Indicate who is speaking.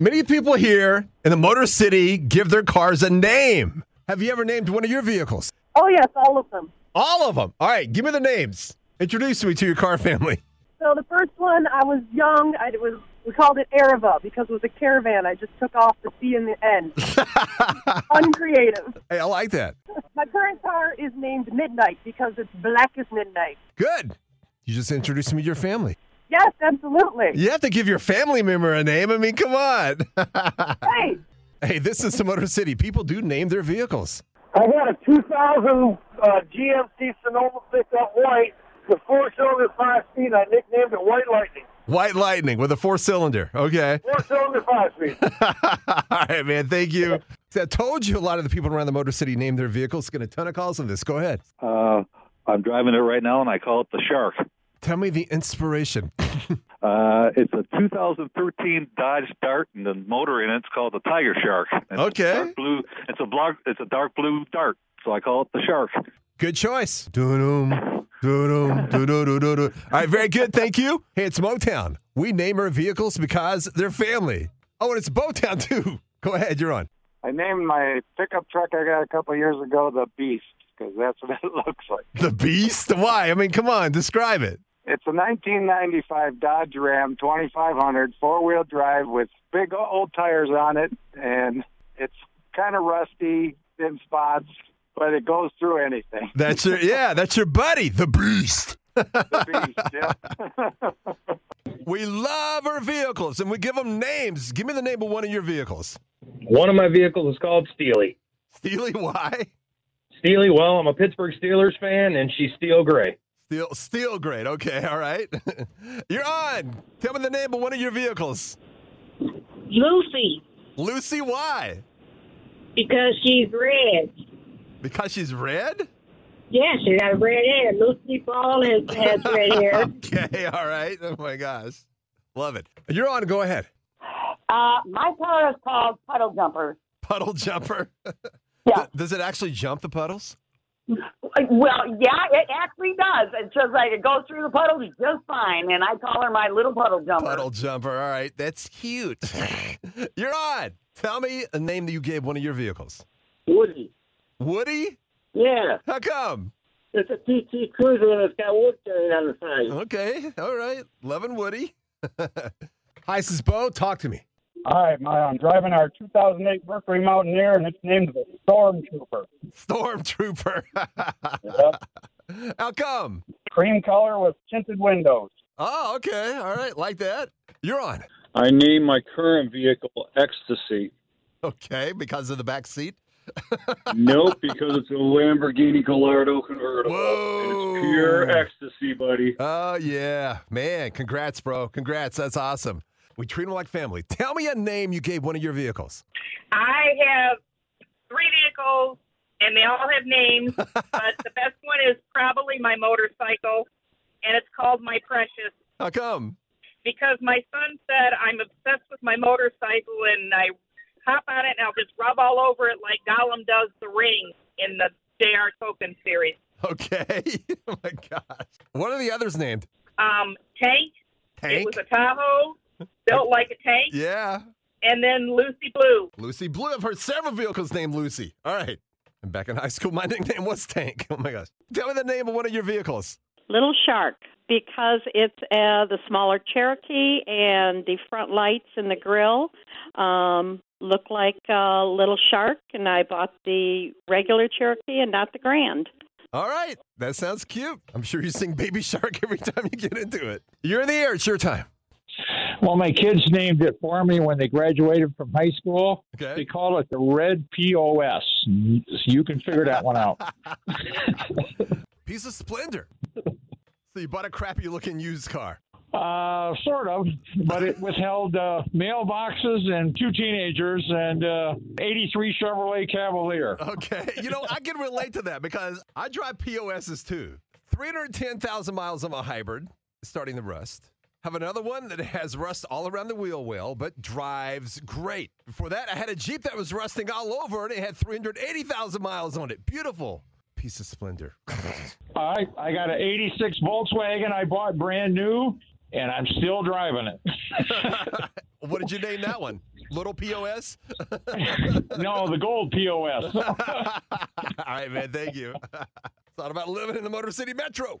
Speaker 1: Many people here in the Motor City give their cars a name. Have you ever named one of your vehicles?
Speaker 2: Oh yes, all of them.
Speaker 1: All of them. All right, give me the names. Introduce me to your car family.
Speaker 2: So the first one, I was young. I it was we called it Arava because it was a caravan. I just took off the C in the end. Uncreative.
Speaker 1: Hey, I like that.
Speaker 2: My current car is named Midnight because it's black as midnight.
Speaker 1: Good. You just introduced me to your family.
Speaker 2: Yes, absolutely.
Speaker 1: You have to give your family member a name. I mean, come on.
Speaker 2: Hey,
Speaker 1: hey, this is the Motor City. People do name their vehicles.
Speaker 3: I had a 2000 uh, GMC Sonoma pickup white, the four-cylinder five-speed. I nicknamed it White Lightning.
Speaker 1: White Lightning with a four cylinder. Okay.
Speaker 3: Four-cylinder five-speed.
Speaker 1: All right, man. Thank you. See, I told you a lot of the people around the Motor City name their vehicles. Get a ton of calls on this. Go ahead.
Speaker 4: Uh, I'm driving it right now, and I call it the Shark.
Speaker 1: Tell me the inspiration.
Speaker 4: Uh, it's a 2013 Dodge Dart, and the motor in it's called the Tiger Shark. It's a
Speaker 1: Okay.
Speaker 4: dark blue. It's a block. It's a dark blue Dart, so I call it the Shark.
Speaker 1: Good choice. Doo-doom, doo-doom, doo-doo, doo-doo. All right, very good. Thank you. Hey, it's Motown. We name our vehicles because they're family. Oh, and it's Botown, too. Go ahead. You're on.
Speaker 3: I named my pickup truck I got a couple of years ago the Beast because that's what it looks like.
Speaker 1: The Beast? Why? I mean, come on. Describe it.
Speaker 3: It's a 1995 Dodge Ram 2500 four-wheel drive with big old tires on it, and it's kind of rusty in spots, but it goes through anything.
Speaker 1: That's your, yeah, that's your buddy, the Beast.
Speaker 3: The Beast, yeah.
Speaker 1: We love our vehicles and we give them names. Give me the name of one of your vehicles.
Speaker 5: One of my vehicles is called Steely.
Speaker 1: Steely, why?
Speaker 5: Steely, well, I'm a Pittsburgh Steelers fan, and she's steel gray.
Speaker 1: Steel, steel grade. Okay, all right. You're on. Tell me the name of one of your vehicles.
Speaker 6: Lucy
Speaker 1: Lucy, why?
Speaker 6: because she's red.
Speaker 1: Because she's red?
Speaker 6: Yes, she got red hair. Lucy Ball has, has red hair.
Speaker 1: okay, all right. Oh my gosh. Love it. You're on. Go ahead.
Speaker 7: Uh, my car is called Puddle Jumper.
Speaker 1: Puddle jumper.
Speaker 7: Yeah.
Speaker 1: Does it actually jump the puddles?
Speaker 7: Well, yeah, it actually does. It's just like it goes through the puddles just fine, and I call her my little puddle jumper.
Speaker 1: Puddle jumper. All right. That's cute. You're on. Tell me a name that you gave one of your vehicles.
Speaker 3: Woody.
Speaker 1: Woody?
Speaker 3: Yeah,
Speaker 1: How come?
Speaker 3: it's a PT Cruiser and it's got wood grain on the side.
Speaker 1: Okay. All right. Loving Woody. Hi, this is Bo. Talk to me.
Speaker 3: Hi, I'm driving our 2008 Mercury Mountaineer, and it's named the Stormtrooper.
Speaker 1: Stormtrooper. How come?
Speaker 3: Cream color with tinted windows.
Speaker 1: Oh, okay. All right. Like that. You're on.
Speaker 8: I name my current vehicle Ecstasy.
Speaker 1: Okay. Because of the back seat.
Speaker 8: Nope, because it's a Lamborghini Gallardo convertible.
Speaker 1: Whoa.
Speaker 8: It's pure ecstasy, buddy.
Speaker 1: Oh, yeah. Man, congrats, bro. Congrats. That's awesome. We treat them like family. Tell me a name you gave one of your vehicles.
Speaker 7: I have three vehicles, and they all have names, but the best one is probably my motorcycle, and it's called My Precious
Speaker 1: How come?
Speaker 7: because my son said I'm obsessed with my motorcycle, and I hop on it and I'll just rub all over it like Gollum does the ring in the JR Token series.
Speaker 1: Okay. oh, my gosh. What are the others named?
Speaker 7: Um, tank, It
Speaker 1: Tank?
Speaker 7: was a Tahoe, built like a tank,
Speaker 1: yeah.
Speaker 7: and then Lucy Blue.
Speaker 1: Lucy Blue. I've heard several vehicles named Lucy. All right. And back in high school, my nickname was Tank. Oh my gosh. Tell me the name of one of your vehicles.
Speaker 9: Little Shark because it's uh, the smaller Cherokee and the front lights and the grill um, look like uh, Little Shark, and I bought the regular Cherokee and not the Grand.
Speaker 1: All right. That sounds cute. I'm sure you sing Baby Shark every time you get into it. You're in the air. It's your time.
Speaker 3: Well, my kids named it for me when they graduated from high school. They
Speaker 1: Okay.
Speaker 3: call it the Red POS. So you can figure that one out.
Speaker 1: Piece of splendor. So you bought a crappy looking used car.
Speaker 10: Uh, sort of, but it withheld uh, mailboxes and two teenagers and uh, 83 Chevrolet Cavalier.
Speaker 1: Okay. You know, I can relate to that because I drive POSs too. 310,000 miles on my hybrid, starting to rust. Have another one that has rust all around the wheel well, but drives great. Before that, I had a Jeep that was rusting all over and it had 380,000 miles on it. Beautiful piece of splendor.
Speaker 10: All right, I got an 86 Volkswagen I bought brand new, and I'm still driving it.
Speaker 1: what did you name that one? Little POS?
Speaker 10: no, the gold POS.
Speaker 1: All right, man. Thank you. Thought about living in the Motor City Metro.